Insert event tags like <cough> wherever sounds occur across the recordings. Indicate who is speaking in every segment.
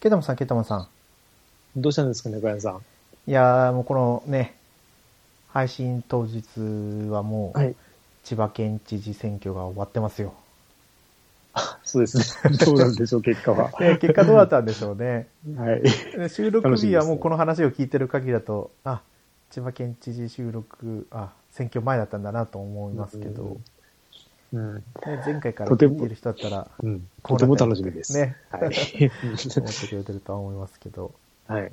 Speaker 1: ケタマンさん、ケタマンさん。
Speaker 2: どうしたんですかね、小山さん。
Speaker 1: いやー、もうこのね、配信当日はもう、
Speaker 2: はい。
Speaker 1: 千葉県知事選挙が終わってますよ。
Speaker 2: そうですね。 <laughs> どうなんでしょう、結果は。は
Speaker 1: で結果どうだったんでしょうね。
Speaker 2: い。
Speaker 1: で収録
Speaker 2: 楽しみ
Speaker 1: 日
Speaker 2: で
Speaker 1: は
Speaker 2: すね
Speaker 1: もうこの話を聞いてる限りだと、あ、千葉県知事収録、あ、選挙前だったんだなと思いますけど、
Speaker 2: うんうん。
Speaker 1: ね、前回から
Speaker 2: とて
Speaker 1: 聞
Speaker 2: も
Speaker 1: いてる人だったら、
Speaker 2: うん。
Speaker 1: ことう
Speaker 2: て
Speaker 1: なった
Speaker 2: も楽しみです。
Speaker 1: ね
Speaker 2: <laughs> はい。
Speaker 1: 思ってくれてるとは思いますけど、
Speaker 2: はい。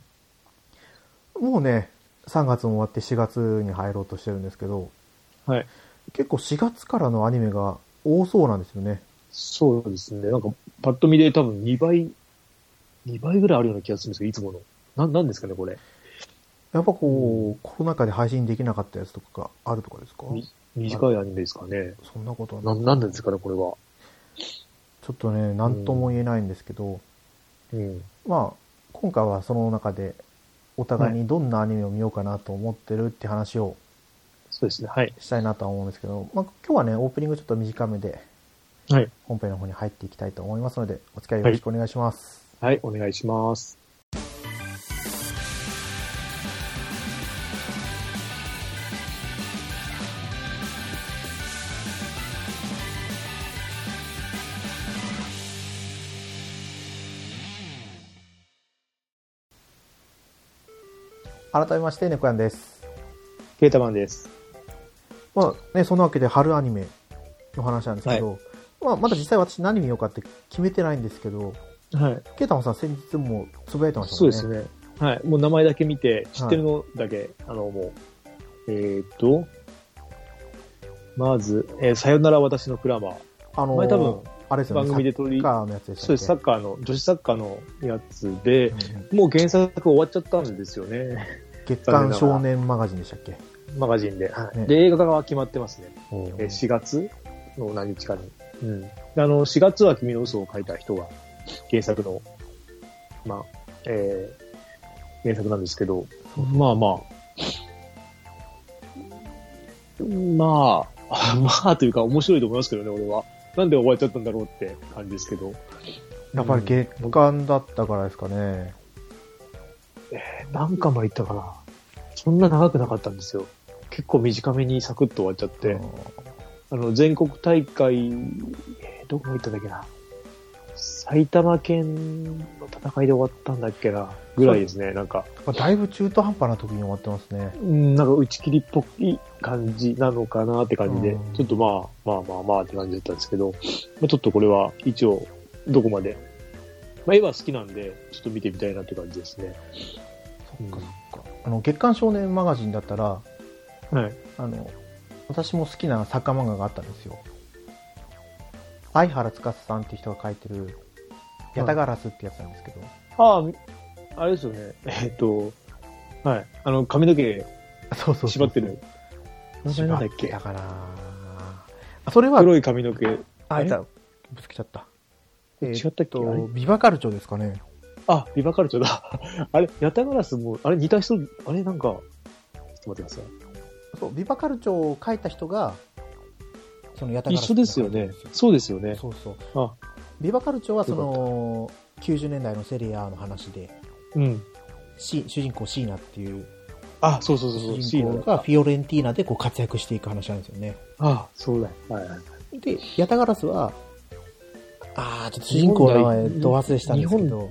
Speaker 1: もうね、3月も終わって4月に入ろうとしてるんですけど、
Speaker 2: はい。
Speaker 1: 結構4月からのアニメが多そうなんですよね。
Speaker 2: そうですね。なんか、パッと見で多分2倍、2倍ぐらいあるような気がするんですけど、いつもの。な、なんですかね、これ。
Speaker 1: やっぱこう、コロナ禍で配信できなかったやつとかがあるとかですか
Speaker 2: み短いアニメですかね。
Speaker 1: そんなことは
Speaker 2: な、なんなんですかね、これは。
Speaker 1: ちょっとね、なんとも言えないんですけど、
Speaker 2: うん。
Speaker 1: まあ、今回はその中で、お互いにどんなアニメを見ようかなと思ってるって話を
Speaker 2: そうですね。はい。
Speaker 1: したいなとは思うんですけど、まあ、今日はね、オープニングちょっと短めで、
Speaker 2: はい。
Speaker 1: 本編の方に入っていきたいと思いますので、お付き合いよろしくお願いします。
Speaker 2: はい、お願いします。
Speaker 1: 改めまして、猫やんです。
Speaker 2: ケータマンです。
Speaker 1: まあね、そんなわけで春アニメの話なんですけど、まあ、まだ実際私何見ようかって決めてないんですけど、
Speaker 2: はい。
Speaker 1: ケイタマンさん先日もつぶやいてました
Speaker 2: そう
Speaker 1: もん
Speaker 2: で
Speaker 1: ね。
Speaker 2: すね。はい。もう名前だけ見て、知ってるのだけ、あの、もう。えーっと、まず、えーさよなら私のクラマー。
Speaker 1: あのー
Speaker 2: 前多分、
Speaker 1: あれですよね、
Speaker 2: 番組で取り
Speaker 1: サッカーのやつでしたっ
Speaker 2: そうで
Speaker 1: け
Speaker 2: す、サッカーの、女子サッカーのやつで、
Speaker 1: うん
Speaker 2: もう原作終わっちゃったんですよね。 <laughs>
Speaker 1: 月刊少年マガジンでしたっけ
Speaker 2: マガジンで。はい
Speaker 1: ね
Speaker 2: で、映画化が決まってますね。えー4
Speaker 1: し
Speaker 2: 月の何日かに。うん。であの、4月は君の嘘を書いた人が、原作の、まあ、えー原作なんですけど、まあまあ、まあ、 <laughs> まあというか面白いと思いますけどね、俺は。なんで終わっちゃったんだろうって感じですけど。
Speaker 1: やっぱり月刊だったからですかね。
Speaker 2: 何巻まで行ったかな。そんな長くなかったんですよ。結構短めにサクッと終わっちゃって。
Speaker 1: うん
Speaker 2: あの、全国大会、えーどこ行ったんだっけな。埼玉県の戦いで終わったんだっけな。ぐらいですね。なんか、
Speaker 1: まあだいぶ中途半端な時に終わってますね。
Speaker 2: うん、なんか打ち切りっぽい感じなのかなって感じで
Speaker 1: うん、
Speaker 2: ちょっとまあ、まあまあまあって感じだったんですけど、まあ、ちょっとこれは一応、どこまで。まあ、絵は好きなんで、ちょっと見てみたいなって感じですね。
Speaker 1: そっかそっか。あの月刊少年マガジンだったら、
Speaker 2: はい。
Speaker 1: あの、私も好きな作家漫画があったんですよ。相原司さんっていう人が書いてる、ヤタガラスってやつなんですけど、
Speaker 2: ああ、あれですよね。えーっと、はい。あの、髪の毛
Speaker 1: そうそうそう
Speaker 2: 縛ってる。。名前
Speaker 1: 縛
Speaker 2: なんだ
Speaker 1: っ
Speaker 2: っけ
Speaker 1: てたかなあそれは、
Speaker 2: 黒い髪の毛。
Speaker 1: あ、
Speaker 2: え
Speaker 1: いた、ぶつけちゃった。え
Speaker 2: 違ったっけあれ
Speaker 1: と、ビバカルチョですかね。
Speaker 2: あ、ビバカルチョだ。 <laughs> あれ、ヤタガラスも、あれ似た人、あれなんか、ちょっと待ってください。
Speaker 1: そう、ビバカルチョを書いた人が、そのヤタガラス
Speaker 2: 一緒ですよね。そうですよね。
Speaker 1: そうそう。
Speaker 2: あ、
Speaker 1: ビバカルチョはその、90年代のセリアの話で、
Speaker 2: うん。
Speaker 1: シ主人公シーナっていう
Speaker 2: あ、そうそうそうそう、
Speaker 1: 主
Speaker 2: シ
Speaker 1: 人
Speaker 2: ー
Speaker 1: 公
Speaker 2: ナ
Speaker 1: がフィオレンティーナでこう活躍していく話なんですよね。
Speaker 2: あ、そうだ。はいはい。
Speaker 1: で、ヤタガラスは、あー、ちょっと主人公の名前ど忘れしたんですけ
Speaker 2: 日
Speaker 1: ど、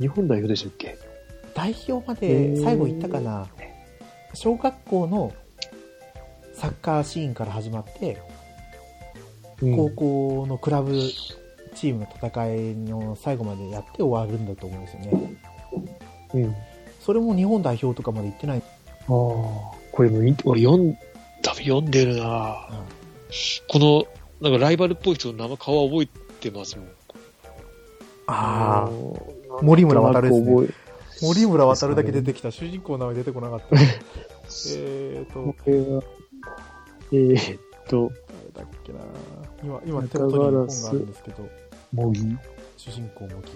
Speaker 2: 日本代表でしたっけ
Speaker 1: 代表まで最後行ったかな、小学校のサッカーシーンから始まって、
Speaker 2: うん
Speaker 1: 高校のクラブチームの戦いの最後までやって終わるんだと思うんですよね。
Speaker 2: うん。
Speaker 1: それも日本代表とかまで行ってない。
Speaker 2: ああ、これもい、俺読ん、多分読んでるな、
Speaker 1: うん
Speaker 2: この、なんかライバルっぽい人の名前、顔は覚えてますもん。
Speaker 1: あー、
Speaker 2: ー
Speaker 1: 森村渡ですね
Speaker 2: ね。
Speaker 1: 森村
Speaker 2: 渡
Speaker 1: 渡
Speaker 2: る
Speaker 1: る
Speaker 2: だ
Speaker 1: だけ
Speaker 2: け出
Speaker 1: 出
Speaker 2: て
Speaker 1: てきた。主人公の名前出てこなか <laughs> った。えっと、
Speaker 2: これは、えー、っと、
Speaker 1: 誰だっけな今、今手元に本があるんですけど、
Speaker 2: 模擬
Speaker 1: 主人公もき。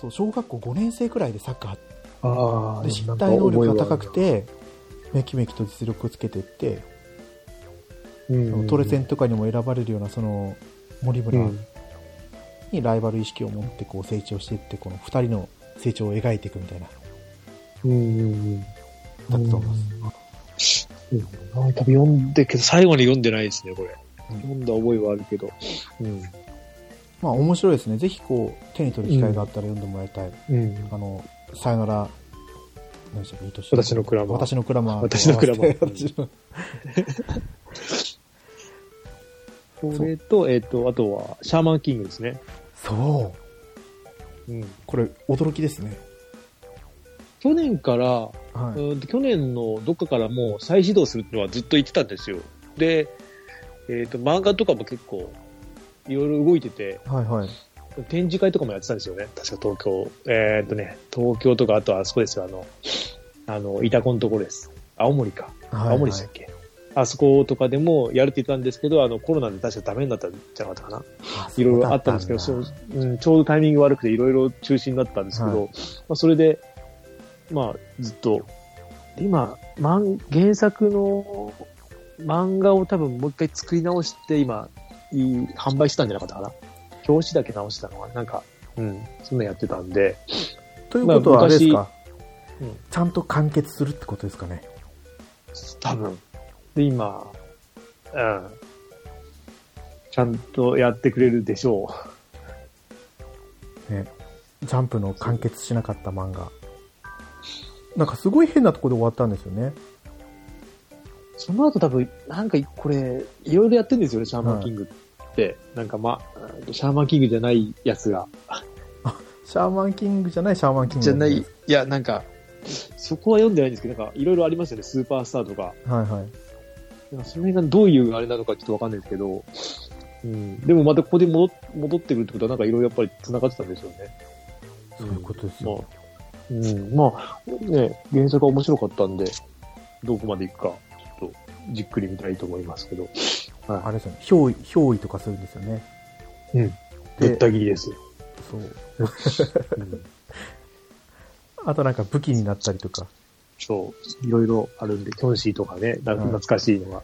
Speaker 1: そう、小学校5年生くらいでサッカ
Speaker 2: あ
Speaker 1: ー
Speaker 2: あ、
Speaker 1: で身体能力が高く
Speaker 2: なんか覚えは
Speaker 1: て、めきめきと実力をつけていって、
Speaker 2: あるな、
Speaker 1: そのトレセンとかにも選ばれるような、その、森
Speaker 2: う
Speaker 1: 村
Speaker 2: ん。
Speaker 1: にライバル意識を持ってこう成長していって、この二人の成長を描いていくみたいな、
Speaker 2: うん。
Speaker 1: だったと思います。
Speaker 2: うん。多分読んで、けど最後に読んでないですね、これ。
Speaker 1: うん
Speaker 2: 読んだ覚えはあるけど。うん。
Speaker 1: まあ面白いですね。ぜひこう、手に取る機会があったら読んでもらいたい。
Speaker 2: うん。
Speaker 1: あの、さよなら、何でしたっけ、いい年
Speaker 2: 私のクラマー
Speaker 1: 私のクラマー。
Speaker 2: 私のクラマ
Speaker 1: <laughs>
Speaker 2: ー
Speaker 1: 私の
Speaker 2: それと、えっ、と、あとは、シャーマンキングですね。
Speaker 1: そう。
Speaker 2: うん。
Speaker 1: これ、驚きですね。
Speaker 2: 去年から、
Speaker 1: はい。
Speaker 2: うん去年のどっかからもう再始動するってのはずっと言ってたんですよ。で、えっ、と、漫画とかも結構、いろいろ動いてて、
Speaker 1: はいはい。
Speaker 2: 展示会とかもやってたんですよね。確か東京。えっ、とね、東京とか、あとはあそこですよ、あの、あの、イタコのところです。青森か。青森でしたっけ、あそことかでもやるって言ったんですけど、あの、コロナで確かダメになったんじゃなかったかな。いろいろあったんですけど、
Speaker 1: そ
Speaker 2: そうう
Speaker 1: だっ
Speaker 2: うん、ちょうどタイミング悪くていろいろ中止になったんですけど、
Speaker 1: は
Speaker 2: まあ、それで、まあ、ずっと、で今、漫原作の漫画を多分もう一回作り直して、今、いい販売してたんじゃなかったかな。表紙だけ直してたのは、なんか、うん、そんなやってたんで、
Speaker 1: ということは、あれです
Speaker 2: ま
Speaker 1: か、
Speaker 2: うん
Speaker 1: ちゃんと完結するってことですかね。
Speaker 2: 多分。で、今、うん。ちゃんとやってくれるでしょ
Speaker 1: ねジャンプの完結しなかった漫画。なんかすごい変なところで終わったんですよね。
Speaker 2: う。その後多分、なんかこれ、いろいろやってるんですよね、シャーマンキングって。なんかま、うんシャーマンキングじゃないやつが。
Speaker 1: シャーマンキングじゃないシャーマンキング。
Speaker 2: じゃない、い。や、なんか、そこは読んでないんですけど、なんかいろいろありますよね、スーパースターとか。
Speaker 1: はいはい。
Speaker 2: なんかその辺がどういうあれなのかちょっとわかんないですけど、うん。でもまたここで戻っ戻ってくるってことは、なんかいろいろやっぱり繋がってたんでしょうね。
Speaker 1: そういうことです
Speaker 2: ま
Speaker 1: よ。
Speaker 2: あ、うん、まあ、ね、原作は面白かったんで、どこまでいくか、ちょっと、じっくり見たいと思いますけど、
Speaker 1: あれですよね。憑依、憑依とかするんですよね。
Speaker 2: うん。ぶった切りですよ。
Speaker 1: そう。
Speaker 2: うん
Speaker 1: あとなんか武器になったりとか。
Speaker 2: そう、いろいろあるんで、キョンシーとかね、なんか
Speaker 1: うん
Speaker 2: 懐かしいのが。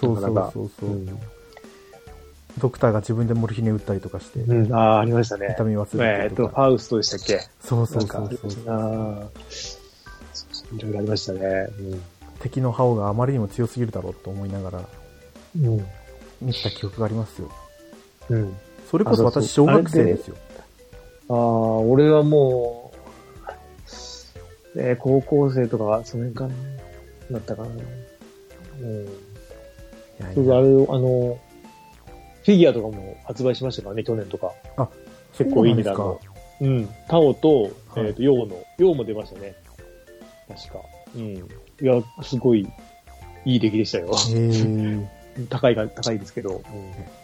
Speaker 1: そうそ
Speaker 2: なかな
Speaker 1: う
Speaker 2: か
Speaker 1: そうそうう、
Speaker 2: ん、
Speaker 1: ドクターが自分でモルヒネ打ったりとかして、
Speaker 2: うんああ、ありましたね
Speaker 1: 痛。み忘
Speaker 2: え
Speaker 1: れて
Speaker 2: ーっと、
Speaker 1: と
Speaker 2: フ
Speaker 1: か。
Speaker 2: ァウストでしたっけ
Speaker 1: そうそ
Speaker 2: な
Speaker 1: うん
Speaker 2: か、
Speaker 1: そ
Speaker 2: あ
Speaker 1: うそう。
Speaker 2: ーそうそういろいろありましたね。
Speaker 1: 敵の覇王があまりにも強すぎるだろうと思いながら
Speaker 2: うん。うん。
Speaker 1: 見てた記憶がありますよ。
Speaker 2: うん。
Speaker 1: それこそ
Speaker 2: あそう
Speaker 1: 私小学生ですよ。
Speaker 2: ああ、俺はもう、えー高校生とか、その辺かな、だったかな。うん。
Speaker 1: いやい
Speaker 2: それ
Speaker 1: や
Speaker 2: であれ、あの、フィギュアとかも発売しましたからね、去年とか。結構いい値段
Speaker 1: そうなん
Speaker 2: の
Speaker 1: で。
Speaker 2: うん。タオと、
Speaker 1: はい
Speaker 2: えっ、と、ヨウの、ヨウも出ましたね。確か。うん。いや、すごい、いい出来でしたよ。 <laughs>
Speaker 1: すか。へー
Speaker 2: 高いが、高いですけど。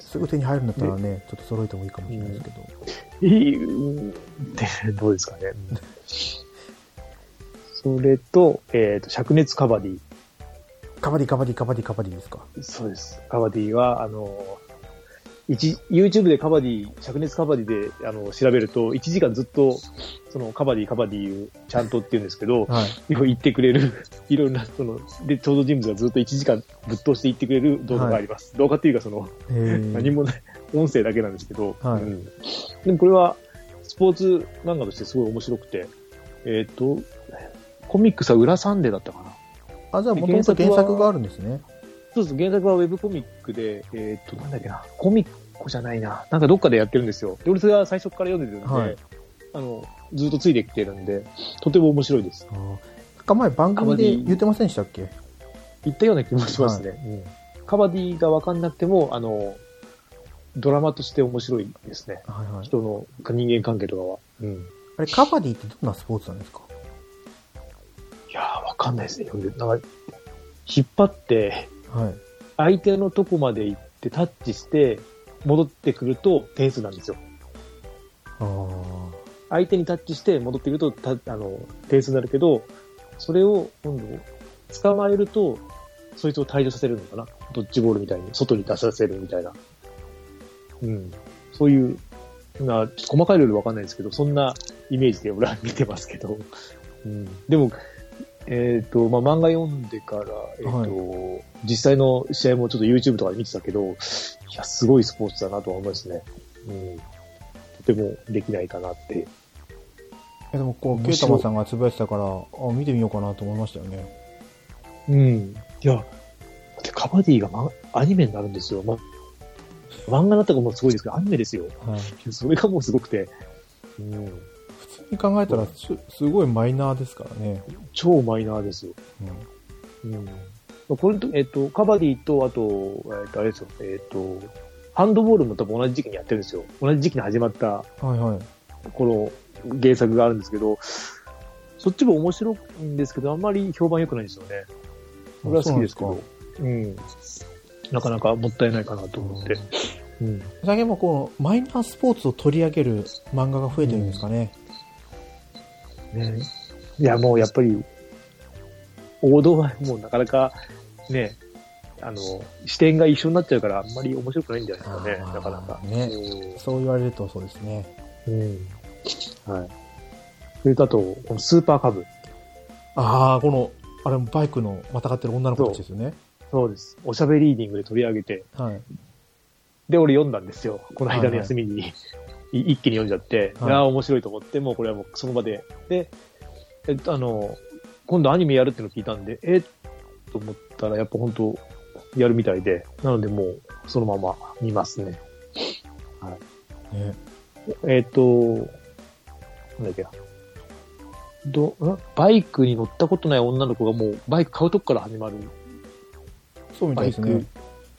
Speaker 1: すぐ手に入るんだったらね、ちょっと揃えてもいいかもしれないですけど。
Speaker 2: いい、うんでどうですかね。うん <laughs> それと、えっ、と、灼熱カバディ。
Speaker 1: カバディカバディカバディカバディですか。
Speaker 2: そうです。カバディは、あの、一、YouTube でカバディ、灼熱カバディで、あの、調べると、1時間ずっと、その、カバディ、カバディをちゃんとって言うんですけど、
Speaker 1: はい。
Speaker 2: よく言ってくれる、 <laughs> いろんな、その、で、登場人物がずっと1時間ぶっ通して言ってくれる動画があります。動画っていうか、その、
Speaker 1: えー
Speaker 2: 何もない、音声だけなんですけど、
Speaker 1: はい
Speaker 2: うんでもこれは、スポーツ漫画としてすごい面白くて、えっ、と、コミックスは裏サンデーだったかな。
Speaker 1: あ、じゃあもともと原作があるんですね。
Speaker 2: そうです。原作はウェブコミックで、えーっと、なんだっけな、コミックじゃないな。なんかどっかでやってるんですよ。で、俺それは最初から読んでるんで、
Speaker 1: はい
Speaker 2: あの、ずっとついてきてるんで、とても面白いです。
Speaker 1: あーなんか前番組で言ってませんでしたっけ
Speaker 2: 言ったような気もしますね。うんカバディがわかんなくても、あの、ドラマとして面白いですね。
Speaker 1: はいはい。
Speaker 2: 人の人間関係とかは。うん。
Speaker 1: あれ、カバディってどんなスポーツなんですか
Speaker 2: いやー、わかんないですね。読んで、なんか、引っ張って、
Speaker 1: はい。
Speaker 2: 相手のとこまで行ってタッチして、戻ってくると点数なんですよ。
Speaker 1: ああ。
Speaker 2: 相手にタッチして戻ってくるとたあの点数になるけど、それを今度捕まえると、そいつを退場させるのかなドッジボールみたいに、外に出させるみたいな。うん。そういう、な、ちょっと細かいルールわかんないですけど、そんなイメージで俺は見てますけど。うん。でも、えっ、と、まあ、漫画読んでから、えっ、と、実際の試合もちょっと YouTube とかで見てたけど、いや、すごいスポーツだなとは思いますね。うん。とてもできないかなって。
Speaker 1: えでもこう、ケ
Speaker 2: 面白
Speaker 1: イタマ
Speaker 2: い
Speaker 1: さんがつぶやいてたから、あ、見てみようかなと思いましたよね。
Speaker 2: うん。いや、だってカバディが、ま、アニメになるんですよ。ま、漫画だったかもすごいですけど、アニメですよ。
Speaker 1: はい。
Speaker 2: それがもうすごくて、う
Speaker 1: 普
Speaker 2: ん、
Speaker 1: 通に考えたらす、すごいマイナーですからね。
Speaker 2: 超マイナーですよ。
Speaker 1: うん
Speaker 2: うん。これと、えっと、カバディと、あと、えっと、あれですよ、えっと、ハンドボールも多分同じ時期にやってるんですよ。同じ時期に始まった、
Speaker 1: はいはい。
Speaker 2: この原作があるんですけど、そっちも面白いんですけど、あんまり評判良くないんですよね。僕は好きですけ
Speaker 1: そう
Speaker 2: ど
Speaker 1: なん。
Speaker 2: うん。なかなかもったいないかなと思って。うん。
Speaker 1: 最近もこう、マイナースポーツを取り上げる漫画が増えてるんですかね。
Speaker 2: ね、いや、もうやっぱり、王道はもうなかなか、ね、あの、視点が一緒になっちゃうから、あんまり面白くないんじゃないですかね、
Speaker 1: あー
Speaker 2: なかなか。
Speaker 1: ねそう言われるとそうですね。
Speaker 2: うん。うんはい。それとあと、このスーパーカブ。
Speaker 1: ああ、この、あれもバイクのまたがってる女の子たちですよね。
Speaker 2: そうです。おしゃべりーディングで取り上げて、
Speaker 1: はい。
Speaker 2: で、俺読んだんですよ。この間
Speaker 1: はい
Speaker 2: の
Speaker 1: はい
Speaker 2: 休みに、い一気に読んじゃって、
Speaker 1: はい
Speaker 2: ああ、面白いと思って、もうこれはもうその場で。で、えっと、あの、今度アニメやるっての聞いたんで、えっと思ったら、やっぱ本当やるみたいで、なのでもう、そのまま見ますね。
Speaker 1: ね
Speaker 2: えっと、なんだっけなど、んバイクに乗ったことない女の子がもう、バイク買うとこから始まる
Speaker 1: そうみたいですね。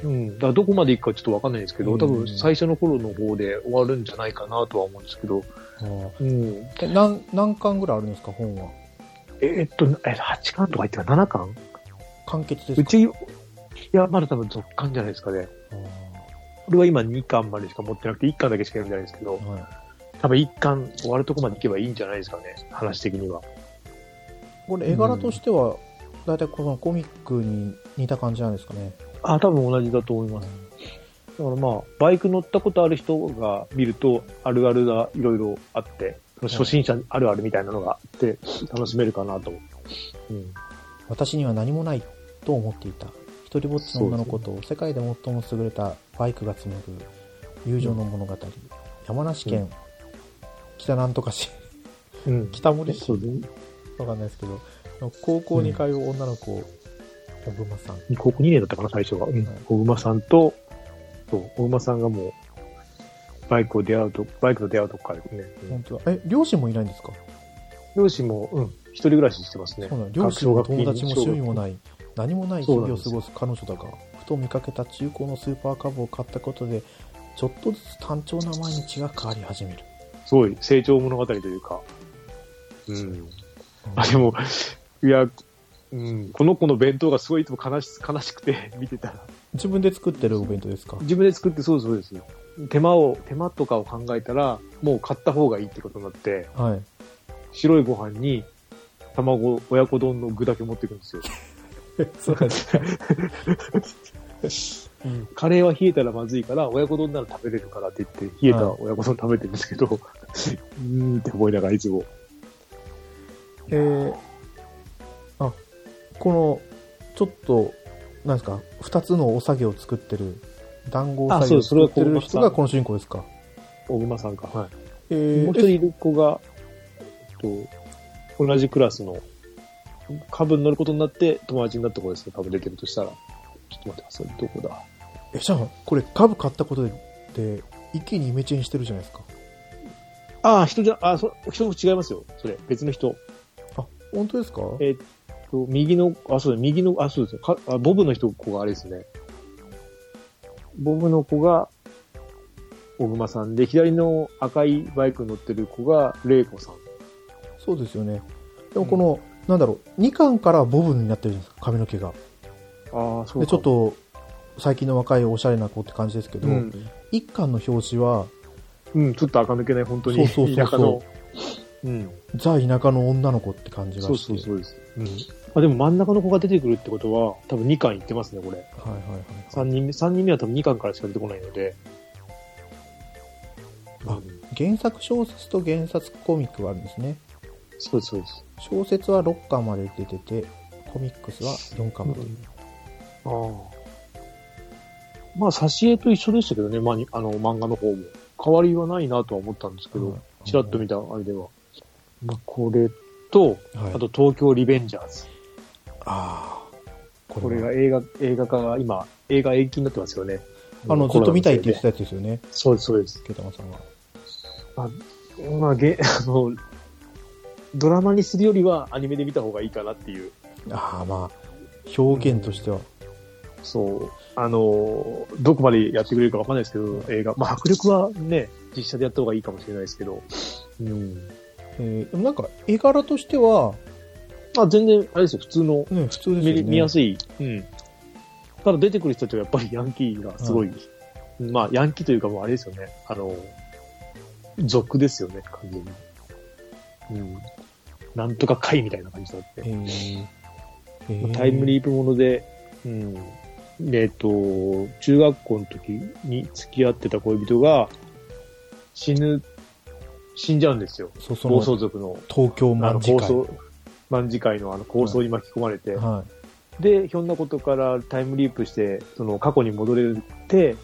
Speaker 2: うん、だからどこまで行くかちょっとわかんないですけど、
Speaker 1: うん
Speaker 2: 多分最初の頃の方で終わるんじゃないかなとは思うんですけど、
Speaker 1: うん
Speaker 2: うん、
Speaker 1: え何、何巻ぐらいあるんですか、本は。
Speaker 2: えっと、え8巻とか言ってた7巻
Speaker 1: 完結です
Speaker 2: う
Speaker 1: か
Speaker 2: ち、いや、まだ多分続巻じゃないですかね。俺は今2巻までしか持ってなくて、1巻だけしか読んでないんですけど
Speaker 1: あ、ーはい
Speaker 2: 多分1巻終わるとこまで行けばいいんじゃないですかね、話的には。
Speaker 1: これ絵柄としては、大体このコミックに似た感じなんですかね。
Speaker 2: あ、多分同じだと思います。だからまあ、バイク乗ったことある人が見ると、あるあるがいろいろあって、その初心者あるあるみたいなのがあって、楽しめるかなと思う。うん
Speaker 1: 私には何もないと思っていた。一人ぼっちの女の子と世界で最も優れたバイクが紡ぐ友情の物語。山梨県、北なんとか市、 <laughs>
Speaker 2: うん。
Speaker 1: 北森市
Speaker 2: そうね。
Speaker 1: わかんないですけど、高校に通う女の子、小熊さん。
Speaker 2: 高校2年だったかな、最初が。うん
Speaker 1: はい。
Speaker 2: 小馬さんと、そう、小馬さんがもう、バイクを出会うと、バイクと出会うとこからね。うん
Speaker 1: 本当だ。え、両親もいないんですか
Speaker 2: 両親も、うん、一人暮らししてますね
Speaker 1: そ。うなの両親
Speaker 2: 小
Speaker 1: も
Speaker 2: 学校
Speaker 1: 友達も趣味もない、何もない日々を過
Speaker 2: そうな
Speaker 1: ごす彼女だが、ふと見かけた中古のスーパーカブを買ったことで、ちょっとずつ単調な毎日が変わり始める。
Speaker 2: すごい、成長物語というか。うん。あ、でも、いや、うん、この子の弁当がすごいいつも悲し悲しくて <laughs> 見てたら。
Speaker 1: 自分で作ってるお弁当ですか
Speaker 2: 自分で作ってそうですそうです。手間を、手間とかを考えたら、もう買った方がいいってことになって、 <laughs>
Speaker 1: はい。
Speaker 2: 白いご飯に、卵、親子丼の具だけ持っていくん <laughs> ですよ。
Speaker 1: そう
Speaker 2: カレーは冷えたらまずいから、親子丼なら食べれるからって言って、冷えた親子丼食べてるんですけど、 <laughs> うーんって思いながらいつも。
Speaker 1: <laughs> えー、あ、この、ちょっと、なんですか、二つのお作業を作ってる、団子お
Speaker 2: あ
Speaker 1: 作
Speaker 2: そ
Speaker 1: 業
Speaker 2: う
Speaker 1: を
Speaker 2: それ
Speaker 1: 作っ
Speaker 2: は
Speaker 1: てる人が
Speaker 2: 小熊さん
Speaker 1: この主人公ですか
Speaker 2: 小熊さんか。はい。
Speaker 1: え
Speaker 2: もう一
Speaker 1: ー、
Speaker 2: 人
Speaker 1: え
Speaker 2: いる子が、えっと、同じクラスの、株に乗ることになって友達になった子ですね、株出てるとしたら。ちょっと待ってください、どこだ。
Speaker 1: えじゃあ、これ株買ったことで、で一気にイメチェンしてるじゃないですか。
Speaker 2: ああ、人じゃ、あーそ人も違いますよ。それ、別の人。
Speaker 1: あ、本当ですか
Speaker 2: えっと、右の、あ、そうだ、右の、あ、そうですよ。かあボブの人、子があれですね。ボブの子が、小熊さんで、左の赤いバイクに乗ってる子が、玲子さん。
Speaker 1: そうですよね。でもこの、なんだろう、2巻からボブになってるんですか、髪の毛が。
Speaker 2: ああ、そ
Speaker 1: で、ちょっ、と、最近の若いおしゃれな子って感じですけど、
Speaker 2: うん、
Speaker 1: 1巻の表紙は、
Speaker 2: うん、ちょっと垢抜けない、本当に。
Speaker 1: そうそうそうそう
Speaker 2: 田舎の。うん。
Speaker 1: ザ・田舎の女の子って感じがして。
Speaker 2: そうそうそうです。うん。あ、でも真ん中の子が出てくるってことは、多分2巻いってますね、これ。
Speaker 1: はいはいはい。
Speaker 2: 3人目、三人目は多分2巻からしか出てこないので。
Speaker 1: あ
Speaker 2: うん
Speaker 1: 原作小説と原作コミックがあるんですね。
Speaker 2: そうです、そうです。
Speaker 1: 小説は6巻まで出てて、コミックスは4巻まで。
Speaker 2: ああ。まあ、挿絵と一緒でしたけどね、まあ、にあの、漫画の方も。変わりはないなとは思ったんですけ
Speaker 1: う
Speaker 2: ど
Speaker 1: ん、
Speaker 2: ちらっと見たあれでは。まあ、これと、
Speaker 1: はい、
Speaker 2: あと東京リベンジャーズ。
Speaker 1: ああ
Speaker 2: これが映画、映画化が今、映画延期になってますよね。
Speaker 1: あの、ずっと見たいって言って
Speaker 2: た。
Speaker 1: たやつですよね、
Speaker 2: そうです、そうです。
Speaker 1: ケタマさんは。
Speaker 2: まあ、げ、 <laughs> あの、ドラマにするよりはアニメで見た方がいいかなっていう。
Speaker 1: ああ、まあ、表現としては。
Speaker 2: そう。あの、どこまでやってくれるかわかんないですけど、映画。まあ、迫力はね、実写でやった方がいいかもしれないですけど。うん。
Speaker 1: えーでもなんか、絵柄としては、
Speaker 2: まあ、全然、あれですよ、普通の、
Speaker 1: ね、普通です
Speaker 2: 見
Speaker 1: よね。
Speaker 2: れ見やすい。うん。ただ出てくる人たちはやっぱりヤンキーがすごい、まあ、ヤンキーというかもうあれですよね。あの、俗ですよね、完全に。うん。なんとか会みたいな感じだって。
Speaker 1: えーえー
Speaker 2: タイムリープもので、うん。でえっと、中学校の時に付き合ってた恋人が死ぬ、死んじゃうんですよ。
Speaker 1: そうそ
Speaker 2: 暴
Speaker 1: の
Speaker 2: 走族の、
Speaker 1: 東京
Speaker 2: あの、
Speaker 1: 卍
Speaker 2: 暴
Speaker 1: 会。
Speaker 2: 走、万次会のあの、構想に巻き込まれて、
Speaker 1: はい。
Speaker 2: で、ひょんなことからタイムリープして、その過去に戻れて、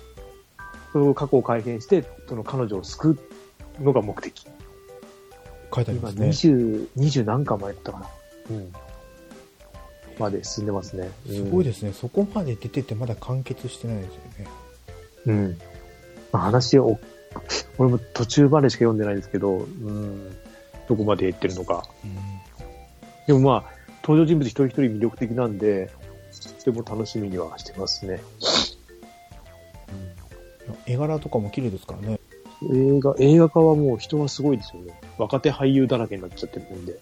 Speaker 2: その過去を改変して、その彼女を救うのが目的。
Speaker 1: 書いてあり
Speaker 2: 今
Speaker 1: ますね。
Speaker 2: 20、20何巻前だったかな。うん。まで進んでますね。
Speaker 1: すごい
Speaker 2: で
Speaker 1: ですね。そこまで出ててまだ完結してないですよね。
Speaker 2: うん。まあ話を、俺も途中までしか読んでないですけど、うん、どこまで行ってるのか。でもまあ、登場人物一人一人魅力的なんで、とても楽しみにはしてますね。
Speaker 1: いや絵柄とかも綺麗ですからね。
Speaker 2: 映画、映画化はもう人はすごいですよね。若手俳優だらけになっちゃってるんで、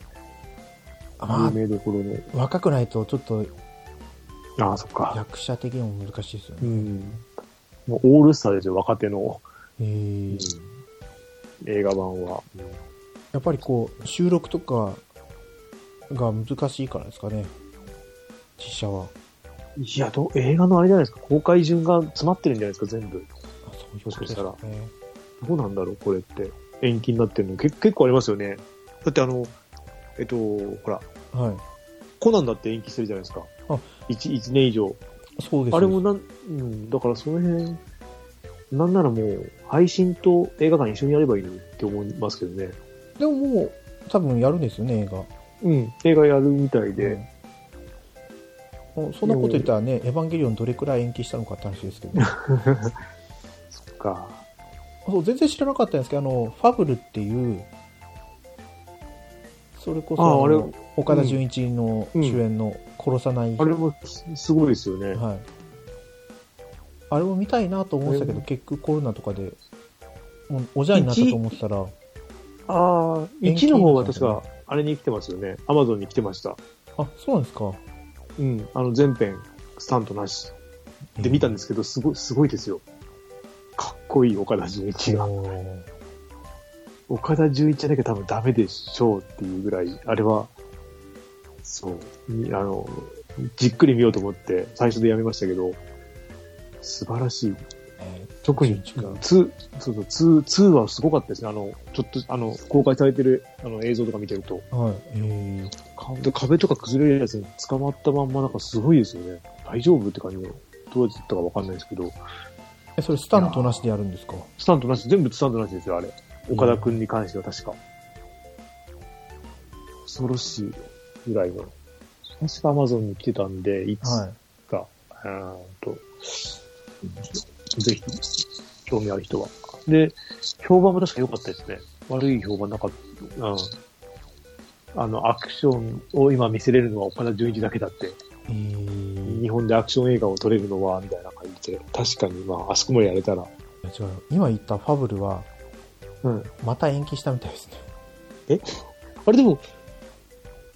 Speaker 1: あ
Speaker 2: 有名どころの。
Speaker 1: あ、若くないとちょっと
Speaker 2: ああ、そっか。
Speaker 1: 役者的にも難しいですよ
Speaker 2: う
Speaker 1: ね。
Speaker 2: ん。もうオールスターですよ、若手の、
Speaker 1: えー
Speaker 2: 映画版は。
Speaker 1: やっぱりこう、収録とかが難しいからですかね。実写は。
Speaker 2: いやどう、映画のあれじゃないですか、公開順が詰まってるんじゃないですか、全部。
Speaker 1: あそういうこと
Speaker 2: そ
Speaker 1: で
Speaker 2: し
Speaker 1: す
Speaker 2: たら
Speaker 1: かね。
Speaker 2: どうなんだろう、これって。延期になってるのけ結構ありますよね。だってあの、えっと、ほら、
Speaker 1: はい。
Speaker 2: コナンだって延期してるじゃないですか。
Speaker 1: あ
Speaker 2: 1, 1年以上。
Speaker 1: そうです
Speaker 2: あれもなん、うん、だからその辺、なんならもう、配信と映画館一緒にやればいいのにって思いますけどね。
Speaker 1: でももう、多分やるんですよね、映画。
Speaker 2: うん、映画やるみたいで。
Speaker 1: うんそんなこと言ったらね、エヴァンゲリオンどれくらい延期したのかって話ですけど、
Speaker 2: そっか。
Speaker 1: そう全然知らなかったんですけど、あの、ファブルっていう、それこそ、
Speaker 2: ああ
Speaker 1: の
Speaker 2: あれ
Speaker 1: 岡田准一の主演の殺さない、
Speaker 2: あれもすすごいですよね。
Speaker 1: はい。あれを見たいなと思ってたけ
Speaker 2: あれ
Speaker 1: ど、結局コロナとかで、もうおじゃんになったと思ってたら、
Speaker 2: ああ、
Speaker 1: 延期
Speaker 2: 1の方は確か、あれに来てますよね。アマゾンに来てました。
Speaker 1: あ、そうなんですか。
Speaker 2: うん、あの全編、スタントなし。で見たんですけど、すごい、すごいですよ。かっこいい、岡田准一が。
Speaker 1: おー
Speaker 2: 岡田准一じゃなきゃ多分ダメでしょうっていうぐらい、あれは、そう、にあの、じっくり見ようと思って、最初でやめましたけど、素晴らしい。
Speaker 1: え
Speaker 2: 特に、
Speaker 1: 準一が
Speaker 2: 2、そうそう、ツーツーはすごかったですね。あの、ちょっと、あの、公開されてるあの映像とか見てると、
Speaker 1: ーはい。え
Speaker 2: か壁とか崩れるやつに捕まったまんま、なんかすごいですよね。大丈夫って感じの、どうやってたかわかんないですけど、
Speaker 1: ーえそれスタントなしでやるんですか
Speaker 2: スタントなし、全部スタントなしですよ、あれ。岡田くんに関しては確か。恐ろしいぐらいの。確かアマゾンに来てたんで、いつ
Speaker 1: はい。
Speaker 2: か、うーんと、ぜひ、興味ある人は。で、評判も確か良かったですね。悪い評判なかった。うん。あの、アクションを今見せれるのは岡田准一だけだって。
Speaker 1: えー
Speaker 2: 日本でアクション映画を撮れるのは、みたいな感じで。確かに、まあ、あそこまでやれたら。
Speaker 1: いや違う今言ったファブルは
Speaker 2: うん。
Speaker 1: また延期したみたいですね
Speaker 2: あれでも、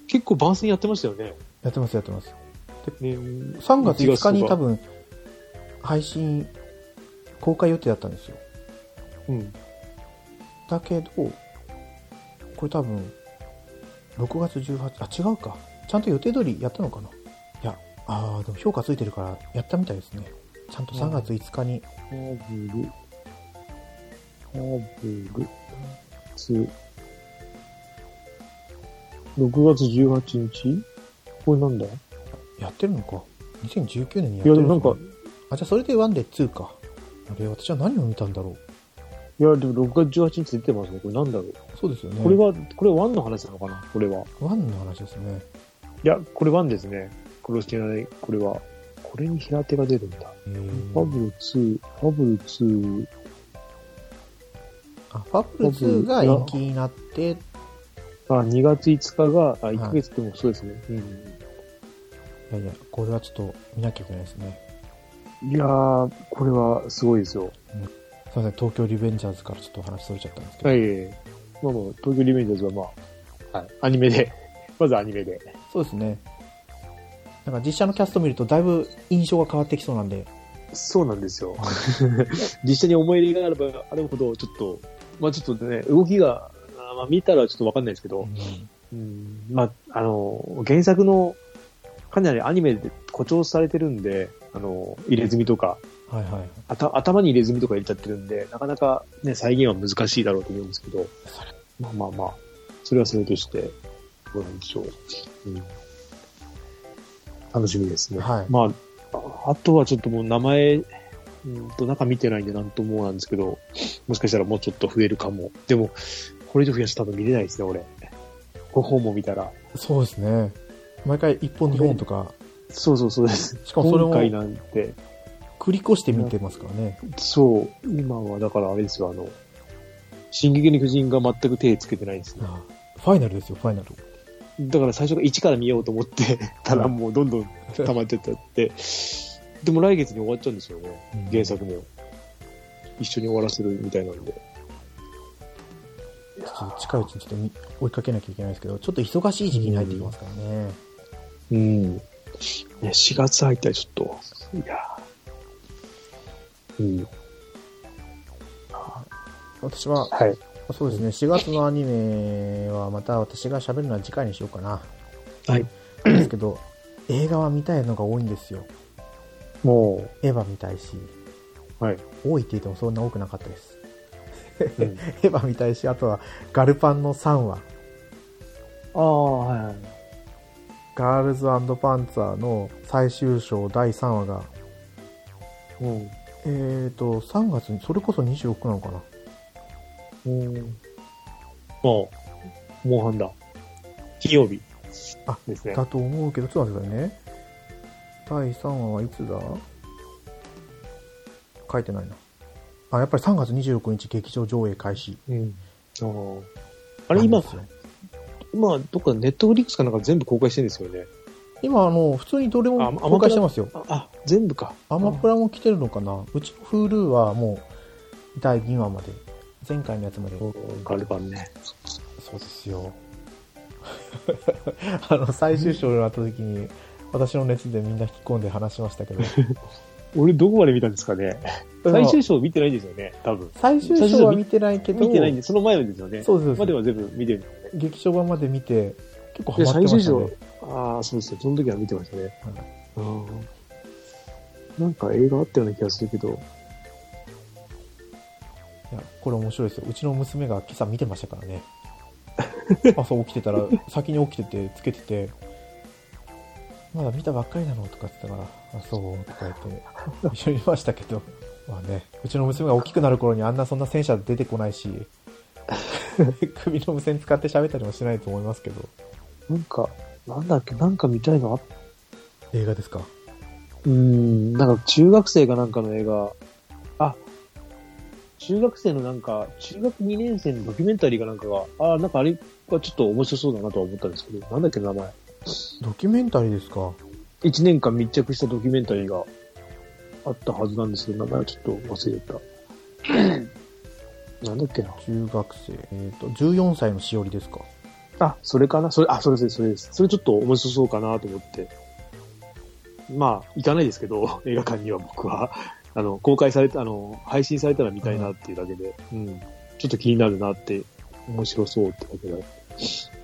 Speaker 2: 結構番宣やってましたよね。
Speaker 1: やってますやってます
Speaker 2: ね
Speaker 1: 3月5日に多。
Speaker 2: 1
Speaker 1: 分配信公開予定だったんですよ
Speaker 2: とかうん。
Speaker 1: だけどこれ多分6月18あ違うかちゃんと予定通りやったのかないやあーでも評価ついてるからやったみたいですねちゃんと3月5日に
Speaker 2: ハーブル。ハーブル。つ。6月18日これなんだい
Speaker 1: やってるのか2019年にやって
Speaker 2: や、
Speaker 1: る
Speaker 2: でもな
Speaker 1: の
Speaker 2: んか、
Speaker 1: あじゃあそれで1で2かあれ私は何を見たんだろう
Speaker 2: いや、でも6月18日出てますね。これなんだろう。
Speaker 1: そうですよね。
Speaker 2: これは、これワンの話なのかなこれは。
Speaker 1: ワンの話ですね。
Speaker 2: いや、これワンですね。これは知らない。これは。これに平手が出るんだ。
Speaker 1: え
Speaker 2: ファブル2、ファブル2、
Speaker 1: あ、ファブル2が延期になって、
Speaker 2: あ、2月5日が、あ、
Speaker 1: い
Speaker 2: 1ヶ月でもそうですね。うん。
Speaker 1: いやいや、これはちょっと見なきゃいけないですね。
Speaker 2: いやー、これはすごいですよ。
Speaker 1: すみません、東京リベンジャーズからちょっとお話それちゃったんですけど、
Speaker 2: はい。まあもう、東京リベンジャーズはまあ、はい、アニメで、 <laughs> まずアニメで。
Speaker 1: そうですね。なんか実写のキャスト見るとだいぶ印象が変わってきそうなんで、
Speaker 2: そうなんですよ。実際に思い入れがあればあるほど、ちょっと、まあちょっとね、動きが、あーまあ見たらちょっとわかんないですけど、うん、まあ、あの、原作の、かなりアニメで誇張されてるんで、あの、入れ墨とか、
Speaker 1: はいはい。
Speaker 2: あた頭に入れ墨とか入れちゃってるんで、なかなかね、再現は難しいだろうと思うんですけど、まあまあまあ、それはそれとして、どうなんでしょう。うん、楽しみですね。
Speaker 1: はい
Speaker 2: まあ、あとはちょっともう名前、うんと中見てないんでなんともなんですけど、もしかしたらもうちょっと増えるかも。でも、これ以上増やしたら多分見れないですね、俺。ご本も見たら。
Speaker 1: そうですね。毎回1本2本とか、
Speaker 2: そうそうそうです。
Speaker 1: しかもそれも
Speaker 2: 今回なんて、
Speaker 1: 繰り越して見てますからね。
Speaker 2: そう、今はだからあれですよ、あの、進撃の巨人が全く手つけてないですね。
Speaker 1: あファイナルですよ、ファイナル。
Speaker 2: だから最初から1から見ようと思って <laughs> たらもうどんどん溜まっちゃってって、でも来月に終わっちゃうんですよね、
Speaker 1: うん
Speaker 2: 原作も。一緒に終わらせるみたいなんで。
Speaker 1: ちょっと近いうちにちょっと見追いかけなきゃいけないですけど、ちょっと忙しい時期に入ってきますからね。
Speaker 2: うん。ね、4月入ったらちょっと、いやーうん。
Speaker 1: 私は、
Speaker 2: はい。
Speaker 1: そうですね、4月のアニメはまた私が喋るのは次回にしようかな。
Speaker 2: はい。
Speaker 1: ですけど、映画は見たいのが多いんですよ。
Speaker 2: も
Speaker 1: エヴァ見たいし、
Speaker 2: う、はい。
Speaker 1: 多いって言ってもそんな多くなかったです。 <laughs>
Speaker 2: うん
Speaker 1: エヴァ見たいし、あとはガルパンの3話、
Speaker 2: <laughs> ああ、はい。
Speaker 1: ガールズパンツァーの最終章第3話が、
Speaker 2: うん。
Speaker 1: えーと、3月に、それこそ26なのかな。
Speaker 2: うん。もう、モンハンだ。金曜日。
Speaker 1: あ、
Speaker 2: ですね。
Speaker 1: だと思うけど、ちょっと待ってくださいね。第3話はいつだ書いてないな。あ、やっぱり3月26日劇場上映開始。
Speaker 2: うん。あーあれ、
Speaker 1: な
Speaker 2: 今
Speaker 1: んで、すよ
Speaker 2: 今、どっかネットフリックスかなんか全部公開してるんですよね。
Speaker 1: 今、あの、普通にどれ
Speaker 2: あア
Speaker 1: も
Speaker 2: マ
Speaker 1: 公開してますよ。
Speaker 2: あ、あ全部か。
Speaker 1: アマプラも来てるのかなうちの Hulu はもう、第2話まで。前回のやつまで。
Speaker 2: うんガルパンね。
Speaker 1: そうですよ。 <laughs> あの、最終章があった時に、私の熱でみんな引き込んで話しま
Speaker 2: <laughs>
Speaker 1: したけど、
Speaker 2: 俺、どこまで見たんですかね。最終章見てないんですよね、多分。
Speaker 1: 最終章は見てないけど、
Speaker 2: 見てないんで、その前までですよね。
Speaker 1: そうです
Speaker 2: までは全部見てるんですよね。
Speaker 1: 劇場版まで見て、結構ハ
Speaker 2: で、
Speaker 1: マってま
Speaker 2: 最終
Speaker 1: した
Speaker 2: 章
Speaker 1: ね。、
Speaker 2: ああ、そうですね。その時は見てましたね。うんなんか映画あったような気がするけど、
Speaker 1: いや、これ面白いですよ。うちの娘が今朝見てましたから <laughs> ね。朝起きてたら、先に起きてて、つけてて、まだ見たばっかりなのとか言ってたから、あ、そう、とか言って、一緒に見ましたけど、まあね、うちの娘が大きくなる頃にあんなそんな戦車出てこないし、 <laughs> 首の無線使って喋ったりもしないと思いますけど、
Speaker 2: なんか、なんだっけ、なんか見たいのあっ
Speaker 1: 映画ですか
Speaker 2: うーん、なんか中学生かなんかの映画、あ、中学生のなんか、中学2年生のドキュメンタリーかなんかが、あーなんかあれはちょっと面白そうだなとは思ったんですけど、なんだっけ名前。
Speaker 1: ドキュメンタリーですか
Speaker 2: 1年間密着したドキュメンタリーがあったはずなんですけど、名前はちょっと忘れた。 <clears throat> なんだっけな。
Speaker 1: 中学生。えっ、と、14歳のしおりですか
Speaker 2: あ、それかなそれ、あ、それです、それです。それちょっと面白そうかなと思って。まあ、行かないですけど、 <laughs> 映画館には僕は。 <laughs> あの、公開された、あの、配信されたら見たいなっていうだけで、うん。ちょっと気になるなって、面白そうってだけだ。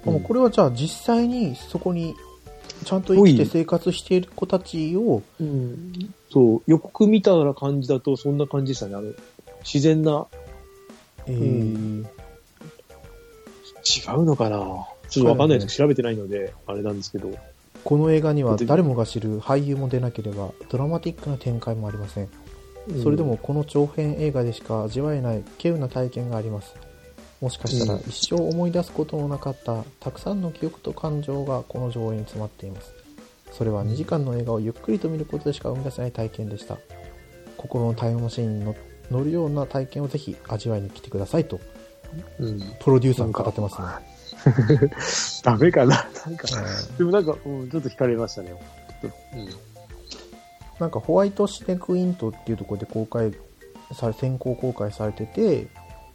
Speaker 1: もうこれはじゃあ実際にそこにちゃんと生きて生活している子たちを、
Speaker 2: うん。そう、予告見たら感じだと、そんな感じでしたね。あの、自然な、
Speaker 1: えー
Speaker 2: ん違うのかなちょっとわかんないです。調べてないので、あれなんですけど。
Speaker 1: この映画には誰もが知る俳優も出なければドラマティックな展開もありません
Speaker 2: うん
Speaker 1: それでもこの長編映画でしか味わえない稀有な体験がありますもしかしたら
Speaker 2: うん
Speaker 1: 一生思い出すことのなかったたくさんの記憶と感情がこの上映に詰まっていますそれは2時間の映画をゆっくりと見ることでしか生み出せない体験でした心のタイムマシーンに乗乗るような体験をぜひ味わいに来てくださいと
Speaker 2: うん。
Speaker 1: プロデューサーが語ってますね
Speaker 2: <laughs> ダメかななんか、
Speaker 1: う
Speaker 2: でもなんか、うん、ちょっと惹かれましたね。ちょっとうん。
Speaker 1: なんかホワイトシネクイントっていうところで公開され先行公開されてて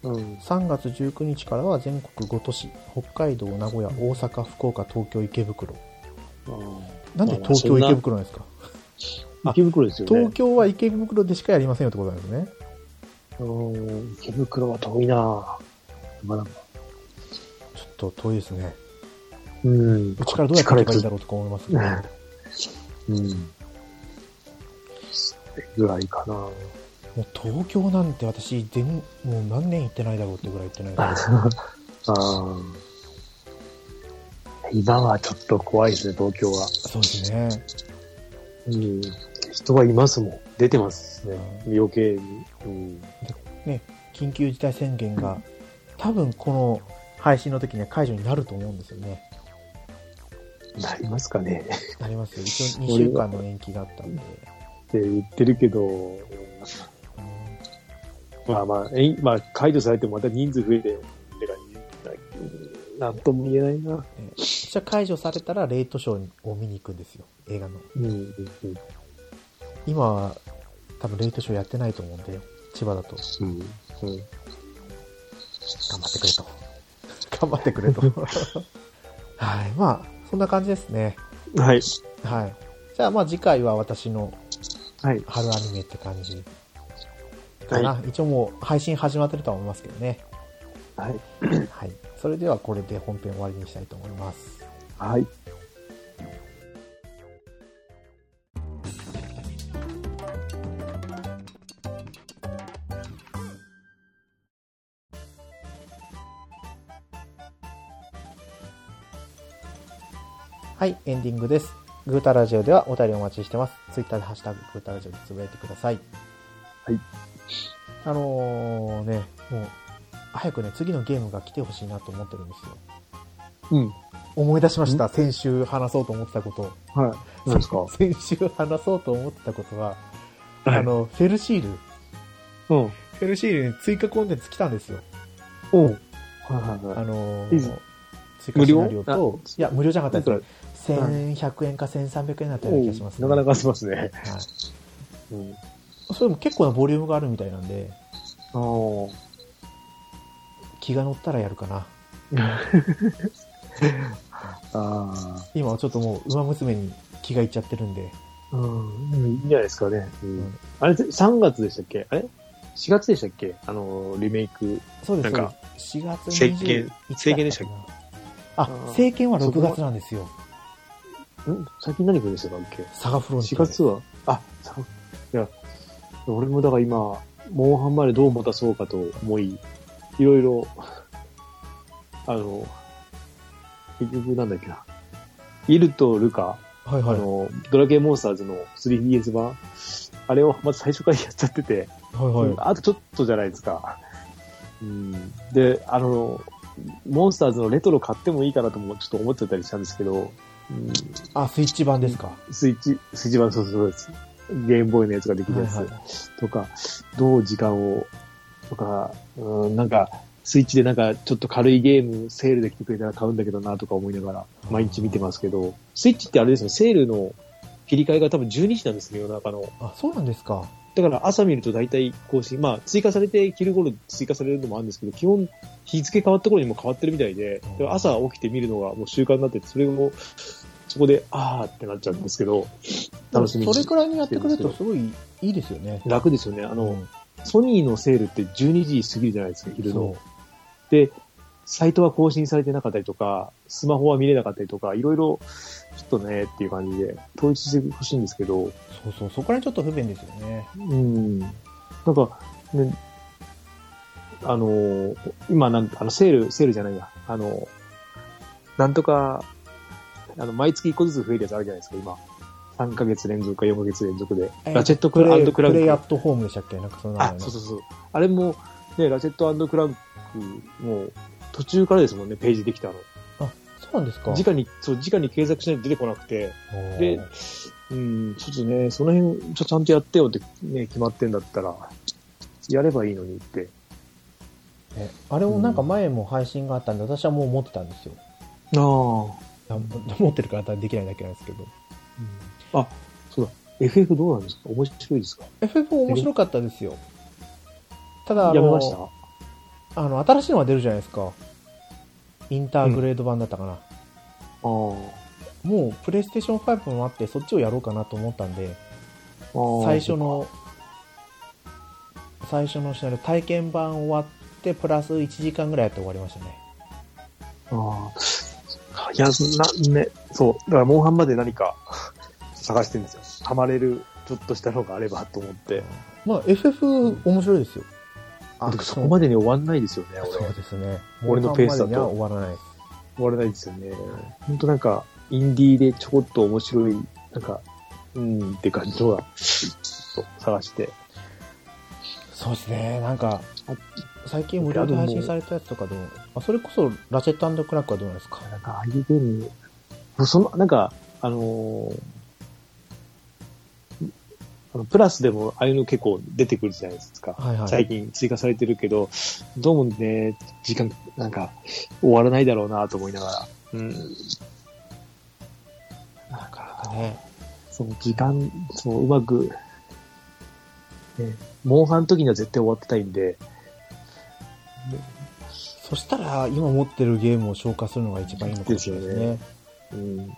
Speaker 2: うん。
Speaker 1: 3月19日からは全国5都市北海道名古屋大阪福岡東京池袋なんで東京
Speaker 2: まあ
Speaker 1: 池袋なんですか、
Speaker 2: まあ池袋ですよね。
Speaker 1: 東京は池袋でしかやりませんよってことなんですね
Speaker 2: うん池袋は遠いなぁ。まあなんか
Speaker 1: ちょっと遠いですね
Speaker 2: うん。
Speaker 1: うちからどうやって行けばいいんだろうとか思いますけど
Speaker 2: うんうん。ぐらいか
Speaker 1: <laughs>
Speaker 2: な
Speaker 1: もう東京なんて私全もう何年行ってないだろうってぐらい行ってないです
Speaker 2: ああ。今はちょっと怖いですね、東京は。
Speaker 1: そうですね
Speaker 2: うん。人はいますもん。出てますね。余計に。うん。
Speaker 1: 緊急事態宣言が多分この配信の時には解除になると思うんですよね
Speaker 2: なりますかね。 <laughs>
Speaker 1: なりますよ一応2週間の延期があったんで
Speaker 2: って言ってるけど、まあまあ、えいまあ、解除されてもまた人数増えて、ってか、うんなんとも言えないな。
Speaker 1: じゃあ解除されたらレイトショーを見に行くんですよ映画の
Speaker 2: うん、うん、うん。
Speaker 1: 今は多分レイトショーやってないと思うんで千葉だと
Speaker 2: うん、
Speaker 1: 頑張ってくれと <laughs> 頑張ってくれとはいまあそんな感じですね
Speaker 2: うん。はい。
Speaker 1: はいじゃあまあ次回は私の
Speaker 2: はい。
Speaker 1: 春アニメって感じかな、
Speaker 2: は
Speaker 1: 一応もう配信始まってるとは思いますけどね
Speaker 2: い。はい。
Speaker 1: はいそれではこれで本編終わりにしたいと思います
Speaker 2: はい。
Speaker 1: はい、エンディングです。グータラジオではお便りお待ちしてます。ツイッターでハッシュタググータラジオでつぶやいてください。
Speaker 2: はい。
Speaker 1: あのー、ね、もう、早くね、次のゲームが来てほしいなと思ってるんですよ。
Speaker 2: うん。
Speaker 1: 思い出しました。先週話そうと思ってたこと。
Speaker 2: はい。何ですか
Speaker 1: <laughs> 先週話そうと思ってたことは、
Speaker 2: はい
Speaker 1: あの、フェルシール。
Speaker 2: うん。
Speaker 1: フェルシールに追加コンテンツ来たんですよ。
Speaker 2: おはいはい
Speaker 1: あ
Speaker 2: はい。
Speaker 1: の
Speaker 2: いいぞ
Speaker 1: ー、追加シナリオ
Speaker 2: 無
Speaker 1: と
Speaker 2: 料、
Speaker 1: いや、無料じゃなかった
Speaker 2: は
Speaker 1: です。1100円か1300円だったような気がします、
Speaker 2: なかなかしますね。
Speaker 1: はい。
Speaker 2: うん。
Speaker 1: それも結構なボリュームがあるみたいなんで、
Speaker 2: あー
Speaker 1: 気が乗ったらやるかな。
Speaker 2: あ
Speaker 1: 今はちょっともう、馬娘に気がいっちゃってるんで、
Speaker 2: ー。うん。いいんじゃないですかね。う
Speaker 1: うんん。
Speaker 2: あれ、3月でしたっけあれ ?4 月でしたっけあの、リメイク。
Speaker 1: そうです、
Speaker 2: なんか
Speaker 1: そうです。4月
Speaker 2: 政
Speaker 1: 21
Speaker 2: 権
Speaker 1: 日だ
Speaker 2: 政権でしたっ
Speaker 1: か
Speaker 2: あ
Speaker 1: なあ、
Speaker 2: ー
Speaker 1: 政権は6月なんですよ。
Speaker 2: ん最近何来るんですかっけ
Speaker 1: サガフロンテ
Speaker 2: ?4
Speaker 1: ィア
Speaker 2: 月はあ、さいや、俺もだから今、モンハンまでどう持たそうかと思い、いろいろ、 <laughs> あの、結局なんだっけな。イルとルカ、
Speaker 1: はいは
Speaker 2: あ
Speaker 1: い。は
Speaker 2: の、ドラケンモンスターズの 3DS 版、あれをまず最初からやっちゃってて、
Speaker 1: いはい。
Speaker 2: あとちょっとじゃないですか。うん、で、あの、モンスターズのレトロ買ってもいいかなともちょっと思っちゃったりしたんですけど、うん、
Speaker 1: あ、スイッチ版ですか。
Speaker 2: スイッチ、スイッチ版そうそうです。ゲームボーイのやつができるや
Speaker 1: はいは
Speaker 2: つとか、どう時間を、とか、うん、なんか、スイッチでなんか、ちょっと軽いゲーム、セールで来てくれたら買うんだけどな、とか思いながら、毎日見てますけど、スイッチってあれですね、セールの切り替えが多分12時なんですね、夜中の。
Speaker 1: あ、そうなんですか。
Speaker 2: だから朝見ると大体更新、まあ、追加されて昼頃追加されるのもあるんですけど、基本、日付変わった頃にもう変わってるみたいで、だから朝起きて見るのがもう習慣になってて、それも、そこで、あーってなっちゃうんですけど、楽しみ
Speaker 1: そ
Speaker 2: に
Speaker 1: れくらいにやってくれるとすごいいいですよね。
Speaker 2: 楽ですよね。あ
Speaker 1: あ
Speaker 2: の、ソニーのセールって12時過ぎるじゃないですか、昼の。で、サイトは更新されてなかったりとか、スマホは見れなかったりとか、いろいろ、ちょっとね、っていう感じで、統一してほしいんですけど、
Speaker 1: そうそう、そこら辺ちょっと不便ですよね。
Speaker 2: うん。なんか、ね、あのー、今なんか、あの、セール、セールじゃないや、あのー、なんとか、あの、毎月一個ずつ増えるやつあるじゃないですか、今。 3ヶ月連続か4ヶ月連続で、
Speaker 1: えー
Speaker 2: ラチェットク
Speaker 1: プ
Speaker 2: ラ
Speaker 1: レ
Speaker 2: ン
Speaker 1: イ
Speaker 2: クラン
Speaker 1: プレイアッ
Speaker 2: ク。
Speaker 1: トホームでしたっけなんかその名
Speaker 2: あ
Speaker 1: 前、
Speaker 2: そうそうそう。あれも、ね、ラチェットクランクも途中からですもんね、ページできたの。
Speaker 1: そうなんですか
Speaker 2: 直に、そう、直に検索しないと出てこなくて、
Speaker 1: おー
Speaker 2: でうん、ちょっとね、その辺、ちょ、ちゃんとやってよってね、決まってんだったら、やればいいのにって。
Speaker 1: ねあれもなんか前も配信があったんで、私はもう持ってたんですよ。
Speaker 2: ああ。
Speaker 1: あ持ってるからできないだけなんですけど。
Speaker 2: うんあ、そうだ。FF どうなんですか面白いですか
Speaker 1: FF 面白かったですよ。ただ、あ
Speaker 2: やめました
Speaker 1: の、あの新しいのが出るじゃないですか。インターグレード版だったかな。
Speaker 2: あ
Speaker 1: もう、プレイステーション5もあって、そっちをやろうかなと思ったんで、
Speaker 2: あ。
Speaker 1: 最初。の、最初のシナリオ、体験版終わって、プラス1時間ぐらいやって終わりましたね。
Speaker 2: ああ。そっかいや、な、ね、そう。だから、モンハンまで何か <laughs> 探してるんですよ。ハマれる、ちょっとしたのがあればと思って。
Speaker 1: まあ、FF 面白いですよ。
Speaker 2: あ、でもそこまでに終わんないですよね、俺
Speaker 1: そ
Speaker 2: は
Speaker 1: う。ですね。
Speaker 2: 俺のペースだと
Speaker 1: モンハンまでには終わらないです。
Speaker 2: 終わらないですよね。本当なんか、インディーでちょこっと面白い、なんか、うんって感じのが、ちょっと探して。
Speaker 1: そうですね、なんか
Speaker 2: あ、
Speaker 1: 最近無料で配信されたやつとかでも、あそれこそラチェットクラックはどうなんですか
Speaker 2: なんか、ああいうゲーム、もうその、なんか、あのーあのプラスでも、ああいうの結構出てくるじゃないですか。
Speaker 1: はいはい。
Speaker 2: 最近追加されてるけど、どうもね、時間、なんか、終わらないだろうなと思いながら。うん。なんか、
Speaker 1: ね、
Speaker 2: その時間、そのうまく、ね、モンハンの時には絶対終わってたいんで、
Speaker 1: そしたら、今持ってるゲームを消化するのが一番いいのかもしれないですね。
Speaker 2: うん。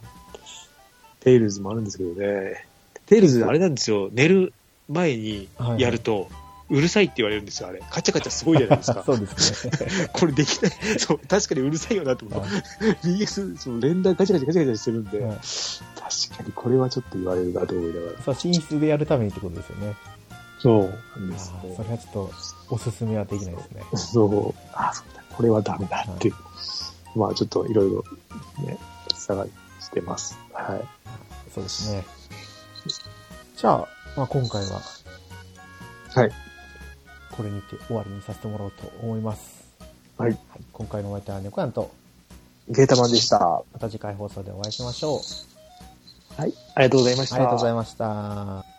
Speaker 2: テイルズもあるんですけどね。テイルズ、あれなんですよ、寝る前に
Speaker 1: はい
Speaker 2: やると、うるさいって言われるんですよ、あれ。カチャカチャすごいじゃないですか。
Speaker 1: <laughs> そうですね。
Speaker 2: これできない。 <laughs> そう、確かにうるさいよなと思っ
Speaker 1: は
Speaker 2: て。BS、その連打ガチャガチャガチャガチャしてるんで、
Speaker 1: はい
Speaker 2: 確かにこれはちょっと言われるなと思いながら。
Speaker 1: <laughs> そう、寝室でやるためにってことですよね。
Speaker 2: そう。なん
Speaker 1: あ
Speaker 2: ですね
Speaker 1: ーそれはちょっと、おすすめはできないですね。
Speaker 2: そう、あ、そうだ、これはダメだっていう。まあ、ちょっといろいろね、探してます。はい。
Speaker 1: そうですね。じゃあ、まあ、今回は、
Speaker 2: はい。
Speaker 1: これにて終わりにさせてもらおうと思います。
Speaker 2: はい
Speaker 1: 今回のお相手は猫やんと、
Speaker 2: ゲータマンでした。は
Speaker 1: また次回放送でお会いしましょう。
Speaker 2: い。ありがとうございまし
Speaker 1: ありがとうございました。